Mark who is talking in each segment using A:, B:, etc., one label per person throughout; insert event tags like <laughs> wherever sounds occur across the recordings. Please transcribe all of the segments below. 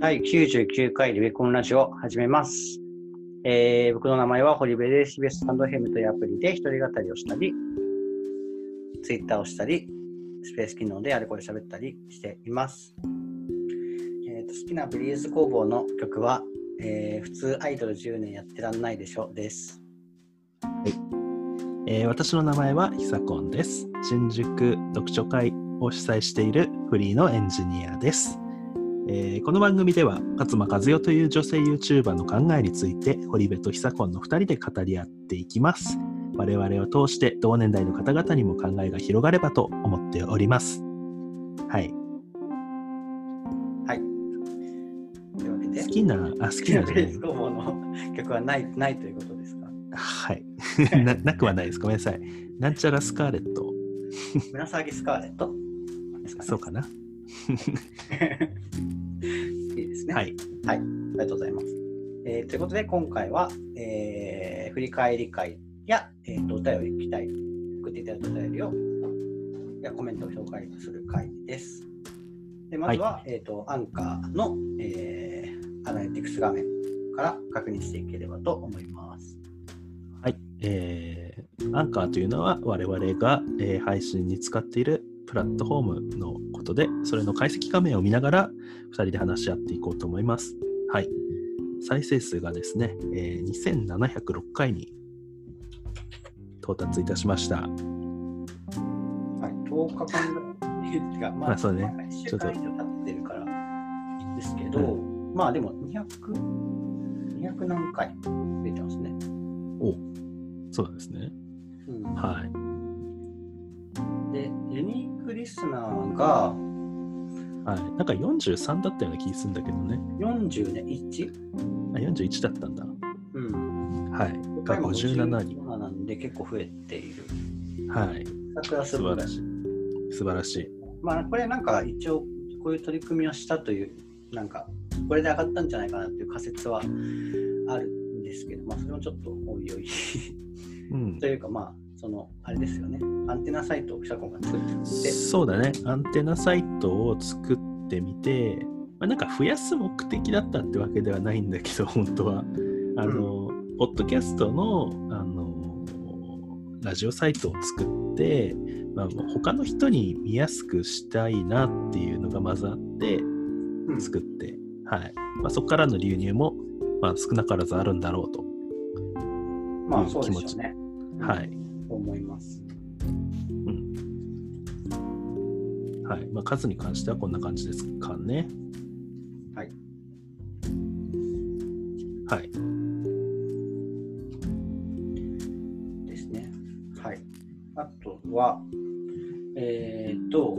A: 第99回リベコンラジオ始めます。えー僕の名前は堀部です。ベスタンドヘムというアプリで一人語りをしたり、ツイッターをしたり、スペース機能であれこれ喋ったりしています。えーと好きなブリーズ工房の曲は、えー普通アイドル10年やってらんないでしょです。
B: えー私の名前はひさこんです。新宿読書会を主催しているフリーのエンジニアです。えーこの番組では勝間和代という女性 YouTuber の考えについて堀部とひさこんの2人で語り合っていきます。我々を通して同年代の方々にも考えが広がればと思っております。はい。
A: はい。というわけで、
B: 好きな、あ、好
A: 好
B: き
A: きな
B: な
A: ブ
B: じゃ
A: リ
B: な
A: ー <laughs>
B: い
A: ズ。工房の曲はないないということですか
B: はい。 <laughs> ななくはないです。ごめんなさい。なんちゃらスカーレット。
A: 紫スカーレットですかね
B: そうかな。
A: いいですね。
B: はい。
A: ありがとうございます。えーということで、今回は、えー振り返り会や、えーとお便り聞きたい、送っていただいたお便りを、いやコメントを紹介する会です。でまずは、えーと、アンカーの、えーアナリティクス画面から確認していければと思います。
B: はい、えー、アンカーというのは我々が、えー配信に使っているプラットフォームのことで、それの解析画面を見ながら2人で話し合っていこうと思います。はい、再生数がですね、えー2706回に到達いたしました。
A: はい、10日間ぐらい
B: <laughs>
A: てか、ま
B: まあそうね
A: 1週間以上経ってるからですけど、
B: う
A: まあでも200、200何回増えてますね。
B: おそうなんですね。
A: うん
B: はい。
A: で、ユニークリスナーが
B: はい、なんか43だったような気するんだけどね。
A: 40で1。
B: あ、41だったんだ。
A: うん。
B: はい。が57人。
A: 今なんで結構増えている。
B: はい。
A: 桜ス
B: 素
A: ブ
B: 晴
A: ラ
B: らしい。素晴らしい。
A: まあ、これなんか一応、こういう取り組みをしたという、なんか、これで上がったんじゃないかなっていう仮説はあるんですけど、まあ、それもちょっとおいお <laughs> い。
B: うん
A: というか、まあ、その、あれですよね。アンテナサイトを記者コンが作ってる
B: そうだねアンテナサイトを作ってみて、まあ、なんか増やす目的だったってわけではないんだけど <laughs> 本当はあの、ポッドキャストのあのラジオサイトを作って、まあ、他の人に見やすくしたいなっていうのがまずあって
A: うん
B: 作って、はいまあ、そこからの流入も、まあ、少なからずあるんだろうと、
A: まあ、そうですよね。
B: はい
A: と思います。
B: はいまあ、数に関してはこんな感じですかね
A: はい
B: はい
A: ですね。はい。あとは、えーっと、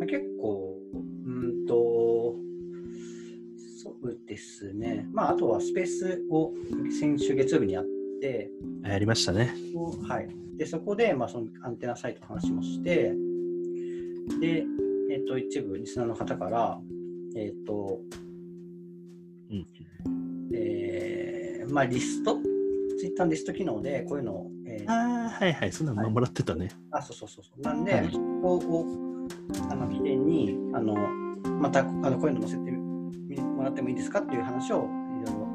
A: まあ、結構、うーんと、そうですね。まあ、あとはスペースを先週月曜日にやって、
B: やりましたね
A: こうはい。で、そこで、まあ、そのアンテナサイトの話もして、で、えっ、と、一部リスナーの方から、えっ、と、
B: うん
A: えーまあ、リスト、ツイッターのリスト機能で、こういうのを、えー
B: ああ、はいはい、そんなのもらってたね。
A: あ、そうそうそうそう。なんで、
B: はい
A: そこをあの起点に、あのまたあのこういうの載せてみもらってもいいですかっていう話をいろいろ。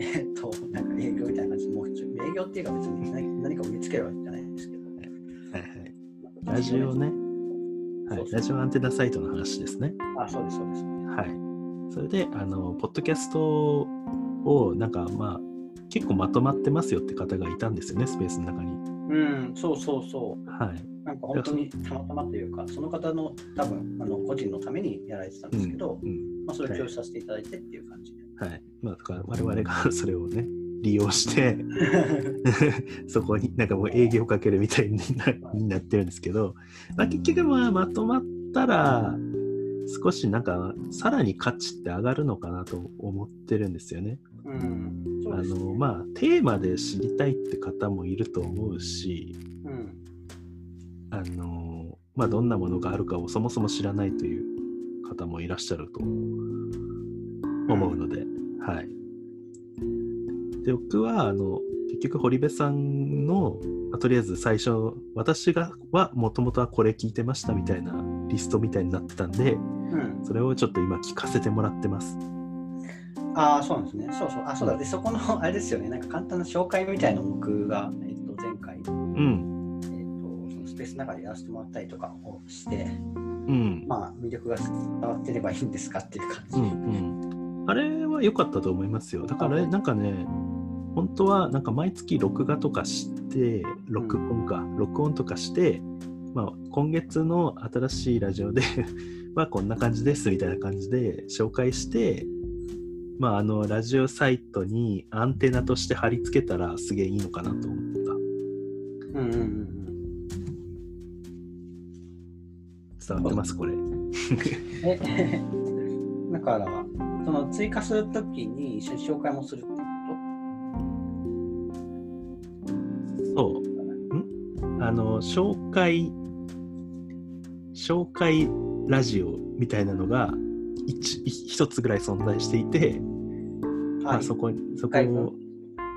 A: えっと、なんか営業みたいな感じで、もうちょ営業っていうか別に何何かを見つけるわけじゃないですけど、
B: はいはい。ラジオね。は
A: そう
B: い、
A: そう
B: ラジオアンテナサイトの話ですね。
A: あ、そうです、そうです。
B: はい。それで、あの、ポッドキャストを、なんかまあ、結構まとまってますよって方がいたんですよね、スペースの中に。
A: うん、そうそうそ
B: はい。
A: う。なんか本当にたまたまというか、その方の多分あの個人のためにやられてたんですけど、
B: うん
A: まあ、それを共有させていただいてっていう感
B: <laughs>
A: じで。
B: はい。まあ、だから我々がそれをね、利用して、そこになんかもう営業かけるみたいになになってるんですけど、まあ、結局まあまとまったら少しなんかさらに価値って上がるのかなと思ってるんですよね。
A: うん、
B: あ
A: そうです、ね。
B: のまあテーマで知りたいって方もいると思うし
A: うん、
B: あの、まあ、どんなものがあるかをそもそも知らないという方もいらっしゃると思うので、はい。で、僕は、あの、結局、堀部さんの、まあとりあえず最初、私がは、もともとはこれ聞いてましたみたいなリストみたいになってたんで、
A: うん。
B: それをちょっと今聞かせてもらってます。
A: ああ、そうなんですね。そうそう。あ、そうだ。
B: うん
A: で、そこの、あ <laughs> れですよね。なんか簡単な紹介みたいのを僕が、えっと、前回、えっと、
B: うん、
A: そのスペースの中でやらせてもらったりとかをして、
B: うん、
A: まあ、魅力が伝わってればいいんですかっていう感じ。
B: うん、うん。あれは良かったと思いますよ。だから、なんかね、本当はなんか毎月録画とかして、録音か、録音とかして、まあ、今月の新しいラジオで <laughs> はこんな感じですみたいな感じで紹介して、まあ、あのラジオサイトにアンテナとして貼り付けたらすげえいいのかなと思ってた。
A: うんうんうん
B: 伝わってます <laughs> これ。
A: うん。え、 <laughs> だから、その追加するときに一緒に紹介もするってこ
B: そう。んあの、紹介、紹介ラジオみたいなのが一一一つぐらい存在していて、
A: と
B: まあ、そこに、そこ
A: 回分
B: を、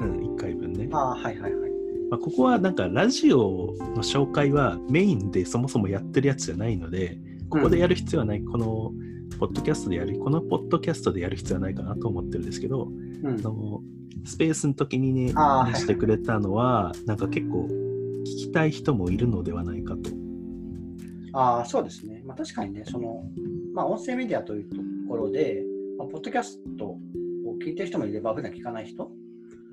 B: うん、1回分ね。
A: ああ、はいはいはい。
B: まあ、ここはなんかラジオの紹介はメインでそもそもやってるやつじゃないので、ここでやる必要はない、この、ポッドキャストでやる、このポッドキャストでやる必要はないかなと思ってるんですけど、
A: うん
B: あのスペースの時にね、
A: あーはい
B: 話してくれたのは、なんか結構聞きたい人もいるのではないかと。
A: ああそうですね、まあ、確かにね、そのまあ、音声メディアというところで、まあ、ポッドキャストを聞いてる人もいれば、普段聞かない人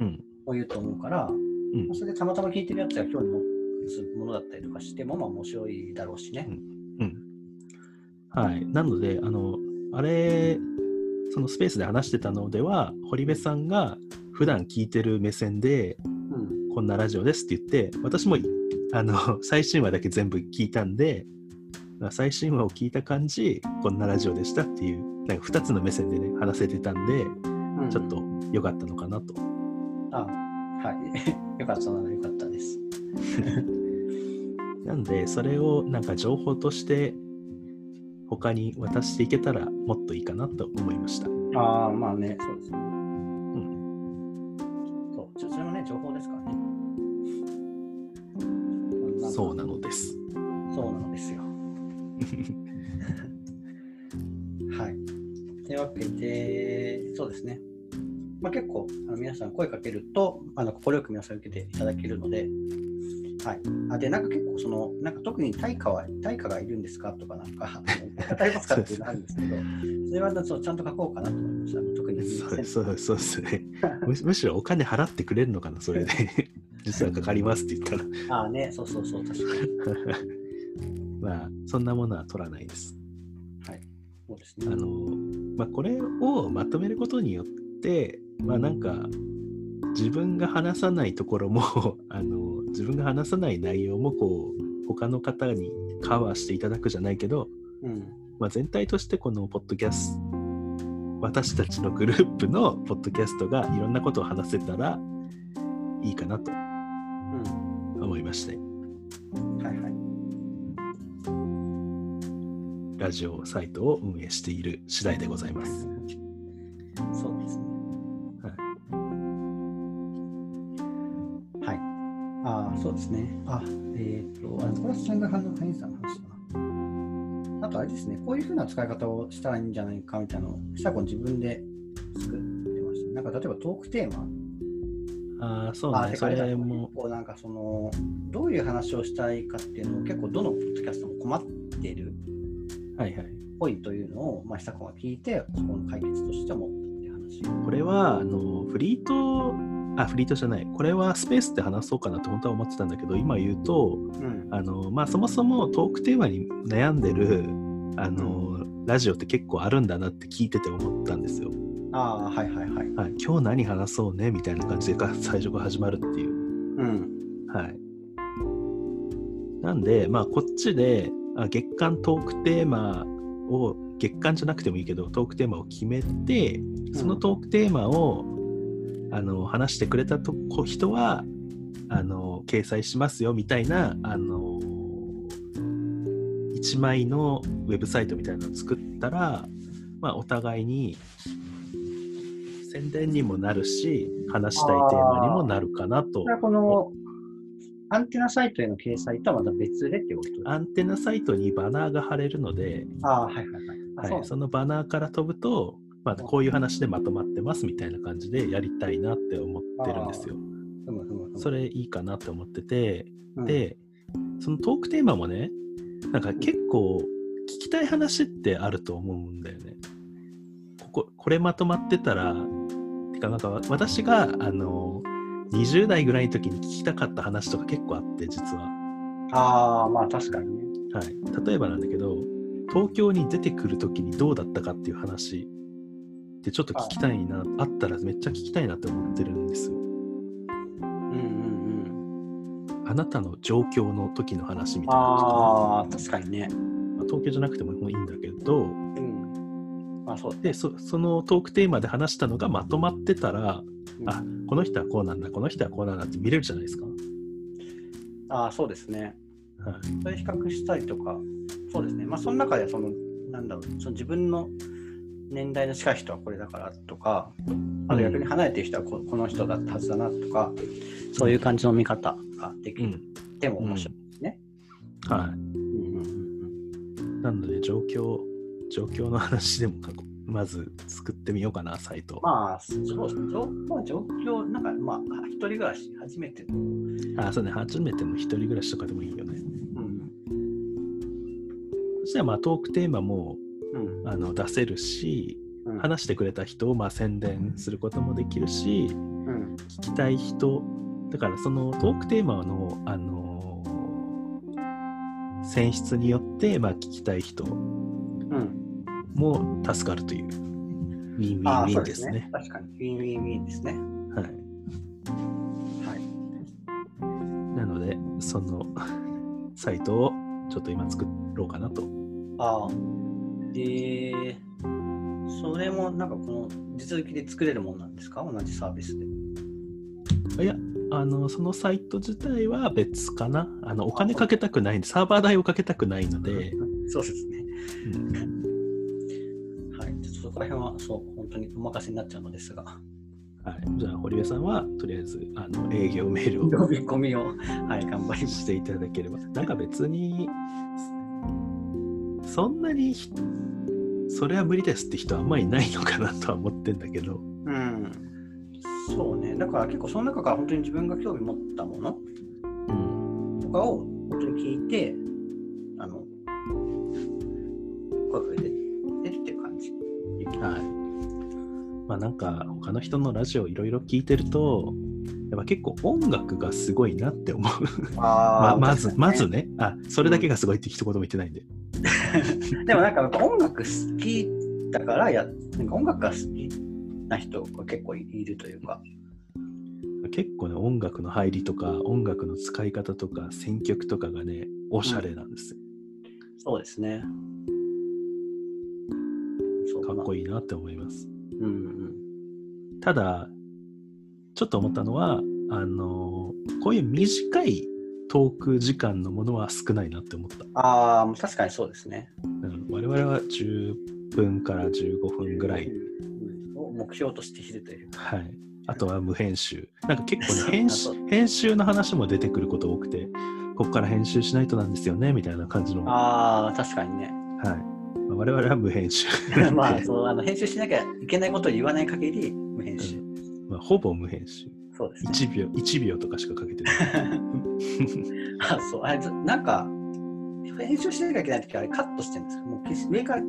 B: うん。
A: もいると思うから、
B: うん
A: まあ、それでたまたま聞いてるやつが興味持つものだったりとかしても、まあ、面白いだろうしね。
B: はい。なので、あの、あれ、そのスペースで話してたのでは、堀部さんが普段聞いてる目線で、
A: うん、
B: こんなラジオですって言って、私もあの <laughs> 最新話だけ全部聞いたんで、まあ最新話を聞いた感じ、こんなラジオでしたっていう、なんか2つの目線でね、話せてたんで、
A: うん
B: ちょっと良かったのかなと。
A: あはい、よ <laughs> かったならよかったです。
B: なんで、それをなんか情報として、他に渡していけたらもっといいかなと思いました。
A: ああ、まあね、そうですね。
B: ん
A: そう、ちょそれもね、情報ですからね。んか
B: そうなのです。
A: そうなのです
B: <laughs>
A: よ。はい。というわけで、そうですね。まあ、結構あの皆さん声かけると、あの快く皆さん受けていただけるので、はい。あで、なんか結構その、なんか特に対価は、対価がいるんですかとか、なんか、語りますかっていうのあるんですけ
B: <laughs>
A: ど、それはそうちゃんと書こうかなと思いました。あの特に
B: そうですそうですそうですねむし。むしろお金払ってくれるのかな、それで。 <laughs> 実はかかりますって言ったら。
A: ああね、そうそうそう、確かに。
B: まあ、そんなものは取らないです。
A: そうです
B: あ
A: ね。
B: のまあ、これをまとめることによって、まあ、なんか自分が話さないところも <laughs> あの自分が話さない内容もこう他の方にカバーしていただくじゃないけど、
A: うん。
B: まあ、全体としてこのポッドキャスト私たちのグループのポッドキャストがいろんなことを話せたらいいかなと
A: う
B: 思いまして
A: ん。はいはい。
B: ラジオサイトを運営している次第でございます。
A: そうですね。はい。ああ、そうですね。あ、えっ、と、あ、小林さんが反応、さんの話かな。あと、あれですね、こういうふうな使い方をしたらいいんじゃないかみたいなのを、久子自分で作ってました。なんか、例えばトークテーマ。
B: ああそう
A: あ
B: ね
A: て
B: そ
A: かあ
B: れ
A: だ
B: も
A: 結構なんかその、どういう話をしたいかっていうのを、結構どのポッドキャストも困ってる
B: はいはい
A: っぽいというのを、まあ、久子が聞いて、そこの解決として思ったっていう話。
B: これはあのフリートあフリートじゃないこれはスペースで話そうかなと本当は思ってたんだけど今言うと
A: うん。
B: あの、まあ、そもそもトークテーマに悩んでるあの、ラジオって結構あるんだなって聞いてて思ったんですよ。
A: ああ、はいはいはい。
B: はい、今日何話そうねみたいな感じで最初が始まるっていう。
A: うん。
B: はい、なんで、まあ、こっちであ月間トークテーマを月間じゃなくてもいいけどトークテーマを決めてそのトークテーマを、あの話してくれたとこ人はあの掲載しますよみたいなあの1枚のウェブサイトみたいなのを作ったら、まあ、お互いに宣伝にもなるし話したいテーマにもなるかなと
A: これはこのアンテナサイトへの掲載とはまた別でっていうことですね
B: アンテナサイトにバナーが貼れるので、
A: ああ、はいはいはい。あ
B: はい、そのバナーから飛ぶと、ままあ、こういう話でまとまってますみたいな感じでやりたいなって思ってるんですよ。
A: ふむふむふむ
B: それいいかなって思ってて、
A: うん
B: でそのトークテーマもねなんか結構聞きたい話ってあると思うんだよね。こここれまとまってたらてかなんか私があの20代ぐらいの時に聞きたかった話とか結構あって実は、
A: ああ、まあ確かにね。
B: はい、例えばなんだけど東京に出てくる時にどうだったかっていう話ってちょっと聞きたいなあったらめっちゃ聞きたいなって思ってるんですよ。
A: うんうん
B: あなたの状況の時の話
A: う
B: み
A: ん。
B: たいなのとかね
A: ああ、確かにね。
B: まあ東京じゃなくてもいいんだけど
A: うん。まあそう
B: でそそのトークテーマで話したのがまとまってたらあこの人はこうなんだこの人はこうなんだって見れるじゃないですか、は
A: ああ、そうですね。
B: い、
A: それ比較したりとか、そうですね。まあその中で、その、なんだろう、その自分の年代の近い人はこれだからとか、あと逆に離れてる人はここの人だったはずだなとか、そういう感じの見方がで
B: う
A: き
B: ん
A: ても面白い。
B: は
A: うんうんうん
B: い、なので状況状況の話でもかまず作ってみようかなサイト、
A: まあ、そう状まあ状況、なんか、まあ、一人暮らし、初めての。
B: あそうね初めての一人暮らしとかでもいいよね
A: うん。
B: そしたらまあトークテーマも
A: うん
B: あの出せるし
A: うん。
B: 話してくれた人をまあ宣伝することもできるし、
A: うん
B: 聞きたい人だからそのトークテーマの、あのー選出によって、まあ、聞きたい人
A: うん
B: も助かるというウィンウィ
A: あ
B: ン
A: あ
B: ウ
A: そ
B: ィ
A: う
B: ンですね。
A: 確かに。ウィンウィンウィンですね。
B: はい、
A: はい。
B: なのでその <laughs> サイトをちょっと今作ろうかなと。
A: ああ。で、それもなんかこの実績で作れるものなんですか同じサービスで。
B: いやあのそのサイト自体は別かなあのお金かけたくないサーバー代をかけたくないので、
A: そうですね。
B: うん
A: はい。ちょっとそこら辺は、そう、本当にお任せになっちゃうのですが。
B: はい、じゃあ堀江さんはとりあえずあの営業メールを
A: <laughs> 呼び込みを、はい、頑張ります。
B: していただければなんか別にそんなにひそれは無理ですって人はあんまりいないのかなとは思ってんだけ
A: う
B: ど
A: ん。そうね。だから結構その中から本当に自分が興味持ったもの
B: うん
A: とかを本当に聞いて、あの、声かけてっていう感じ。
B: はいまあなんか他の人のラジオいろいろ聞いてるとやっぱ結構音楽がすごいなって思うま
A: あ
B: あまずまずねあそれだけがすごいって一言も言ってないんで、
A: でもなんかやっぱ音楽好きだからや、なんか音楽が好きな人が結構いるというか、
B: 結構ね音楽の入りとか音楽の使い方とか選曲とかがねおしゃれなんですよ、
A: そうですね。そう
B: かっこ
A: いい。
B: いいなって思います
A: うん
B: ただちょっと思ったのはあのこういう短いトーク時間のものは少ないなって思った、
A: うん、ああ、確かにそうですね。
B: うん、我々は10分から15分ぐらい、
A: うんを目標としているという。
B: はい、あとは無編集なんか結構ね編
A: そ
B: 集
A: う
B: 編集の話も出てくること多くてここから編集しないとなんですよねみたいな感じの、はい
A: ああ、確かにね。 <laughs>
B: まあ我々は無編集
A: ま
B: <laughs>
A: あ、そうあの編集しなきゃいけないことを言わない限り、無編集。
B: まあほぼ無編集
A: そうですね。 <laughs>
B: 1秒1秒とかしかかけてない
A: あ、そう、あれ、ずなんか、編集しなきゃいけないときはあれカットしてるんですかもう消し上から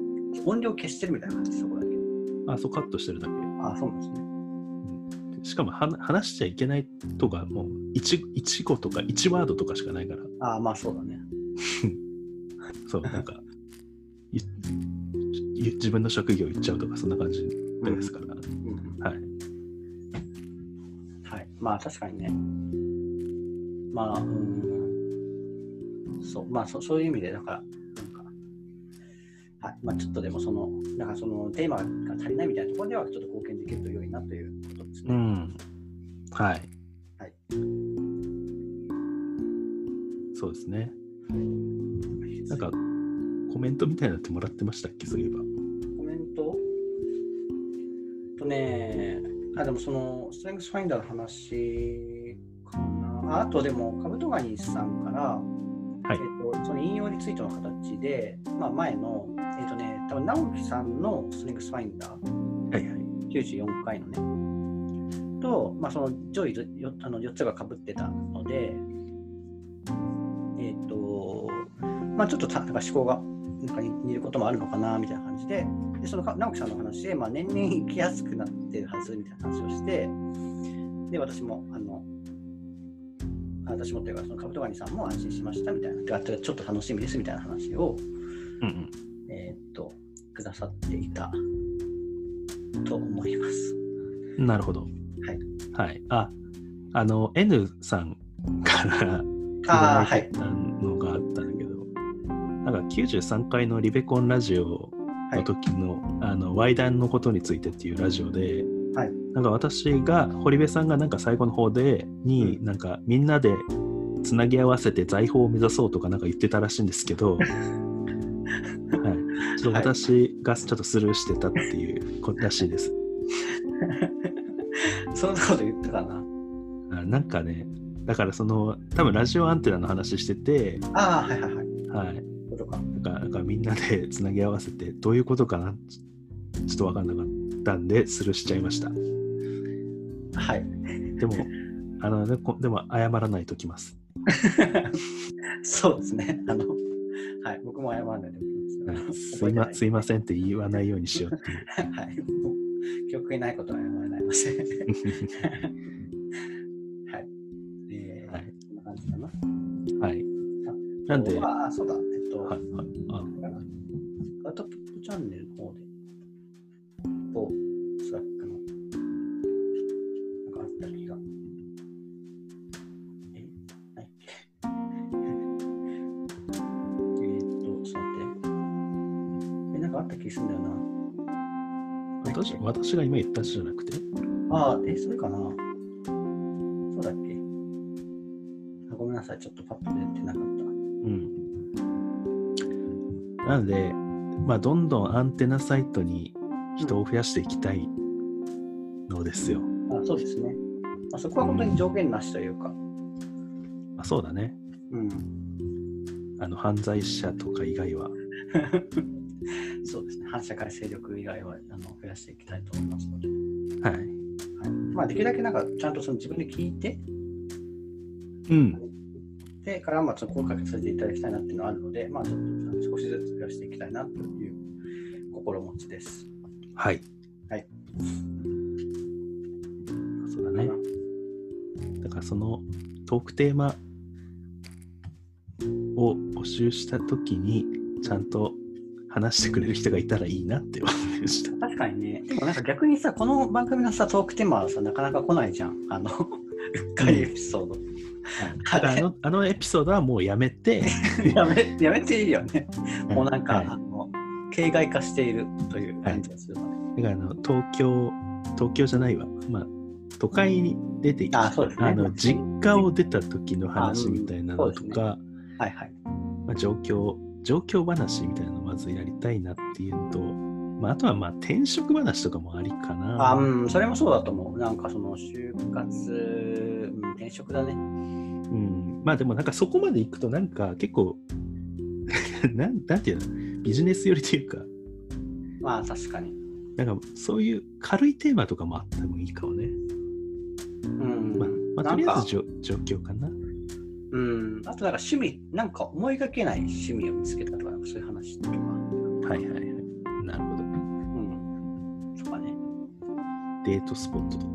A: 音量消してるみたいな感じ、そこだけ。
B: あそうカットしてるだけ
A: あ、そうなんですね。
B: しかもはな話しちゃいけないとかもう 1, 一語とか1ワードとかしかないから
A: ああ、まあそうだね。
B: そうなんか <laughs> いい自分の職業言っちゃうとかそんな感じですから、
A: うん
B: はい、
A: はい。まあ確かにね。まあ、うん。そう、まあそそういう意味で、だから、なんか、はい。まあちょっとでもその、なんかそのテーマが足りないみたいなところでは、ちょっと貢献できると良いなということです
B: う
A: ね。
B: んはい、
A: はい
B: そうですねなんかコメントみたいなのってもらってましたっけそういえば
A: コメントとね、あ、でもその、ストレングスファインダーの話かな。ああとでも、カブトガニさんから、
B: は
A: えっ
B: い
A: と、その引用リツイートの形で、まあ、前の、えっとね、多分直樹さんのストレングスファインダー
B: は
A: 94回のね。と、まあ、その上位よあの4つがかぶってたので、えっ、と、まあ、ちょっとたなんか思考がなんか似ることもあるのかなみたいな感じで、でそのか直樹さんの話で、まあ、年々行きやすくなってるはずみたいな話をして、で、私も、あの、あ私もというか、そのカブトガニさんも安心しましたみたいな、てかてかちょっと楽しみですみたいな話を、
B: うん
A: えっ、と、くださっていたと思います。
B: うん、なるほど。
A: はい。
B: はい、あ、あの、N さんから
A: ああ、は
B: 入
A: い
B: っ。たのがあったんだけど、なんか93回のリベコンラジオの時の、あの、ワイダンのことについてっていうラジオで、
A: はい
B: なんか私が、堀部さんがなんか最後の方で、に、
A: うん
B: なんかみんなでつなぎ合わせて財宝を目指そうとかなんか言ってたらしいんですけ
A: <laughs>
B: ど、はい、ちょっと私がちょっとスルーしてたっていうことらしいです。
A: そんなこと言ったかな。
B: あなんかね、だからその、多分ラジオアンテナの話してて、
A: ああ、はいはいはい。
B: はい、
A: ことか。
B: なんかなんかみんなで <laughs> つなぎ合わせてどういうことかなちちょっと分かんなかったんでスルーしちゃいましたで
A: はい。
B: もあのでこでも謝らないときます
A: そうですね。あの、はい。僕も謝らないでおき
B: は
A: ま
B: い
A: す。
B: すいま
A: 覚
B: すいませんって言わないようにしようっていう
A: えてない。はい。もう記憶にないことは謝らないま
B: <laughs>
A: せん。はい。えー、
B: はい
A: こんな感じかな。
B: はいなんで、はい
A: ああ、そうだ。えっと、
B: はい、あ
A: アウトプットチャンネルの方で、と、スラックの、なんかあった気が。えないっけ <laughs> えーっと、ちょっと待って。え、なんかあった気するんだよな。
B: 私
A: ないっ
B: 私が今言ったじゃなくて
A: けああ、え、それかな。そうだっけあごめんなさい、ちょっとパッと出てなかった。
B: うんなのでまあどんどんアンテナサイトに人を増やしていきたいのですよ、
A: あそうですね。まあ、そこは本当に条件なしというか。
B: あ、そうだね
A: うん
B: あの犯罪者とか以外は
A: そうですね、反社会勢力以外はあの増やしていきたいと思いますので、
B: はい
A: はいまあ、できるだけなんかちゃんとその自分で聞いて、
B: うん
A: でからまあちょっと声かけさせていただきたいなっていうのはあるので、まあ、ちょっと少しずつ増やしていきたいなという心持ちです。
B: はい。
A: はい。
B: そうだね。だからそのトークテーマを募集したときに、ちゃんと話してくれる人がいたらいいなって思い
A: <laughs>
B: ました。
A: 確かにね、でもなんか逆にさ、この番組のさ、トークテーマはさ、なかなか来ないじゃん、あの、 <laughs> うっかりエピソード。
B: だからあのあのエピソードはもうやめて、
A: やめやめていいよね、 <laughs> もうなんか、
B: はい
A: あの形骸化しているという感じがするので、
B: だからあの東京、東京じゃないわ、まあ、都会に出てき
A: あそうですね
B: あの実家を出た時の話みたいなのと
A: あうん
B: か、
A: はいはい。
B: まあ、状況状況話みたいなのをまずやりたいなっていうのと、まあ、あとはまあ転職話とかもありかな。
A: あうん、それもそうだと思う。なんかその就活、うん、転職だね。
B: うん、まあでもなんかそこまで行くとなんか結構 <laughs> なんなんていうのビジネス寄りというか
A: まあ確かに。
B: なんかそういう軽いテーマとかもあってもいいかもね。
A: うん。
B: まあ、まあ、
A: な
B: と
A: ん
B: りあえ
A: か
B: ず、じょ状況かな。
A: うん。あとなんか趣味、なんか思いがけない趣味を見つけたとか、なんかそういう話とか。
B: はいはいはい。なるほ
A: う
B: ど。
A: ん。とかね。
B: デートスポットとか。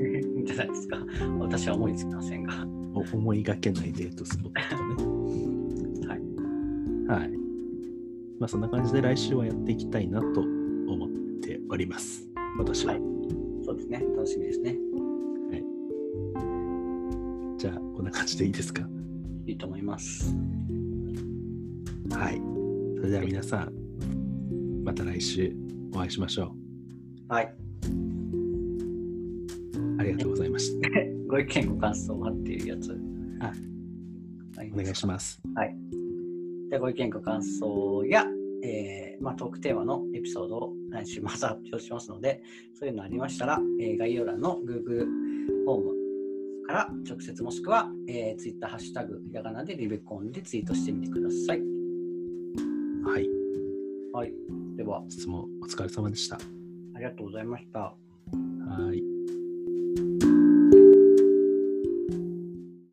A: いいんじゃないですか。私は思いつきませんが。は
B: お思いがけないデートスポットとかね。
A: い。
B: はい。まあそんな感じで来週はやっていきたいなと思っております。私は。
A: はいそうですね。楽しみですね。
B: じゃあこんな感じでいいですか。
A: いいと思います。
B: はい。それでは皆さん、また来週お会いしましょ
A: はい。
B: う。ありがとうございました。
A: ご意見、ご感想はっていうやつ。
B: あ
A: はい
B: お願いします。
A: でご意見、ご感想や、えーまあ、トークテーマのエピソードを来週また発表しますので、そういうのありましたら、えー概要欄の Google ホームから直接もしくは、えー、Twitter、ハッシュタグ、ひらがなでリベコンでツイートしてみてください。
B: はい。
A: はい。では、
B: 質問お疲れ様でした。
A: ありがとうございました。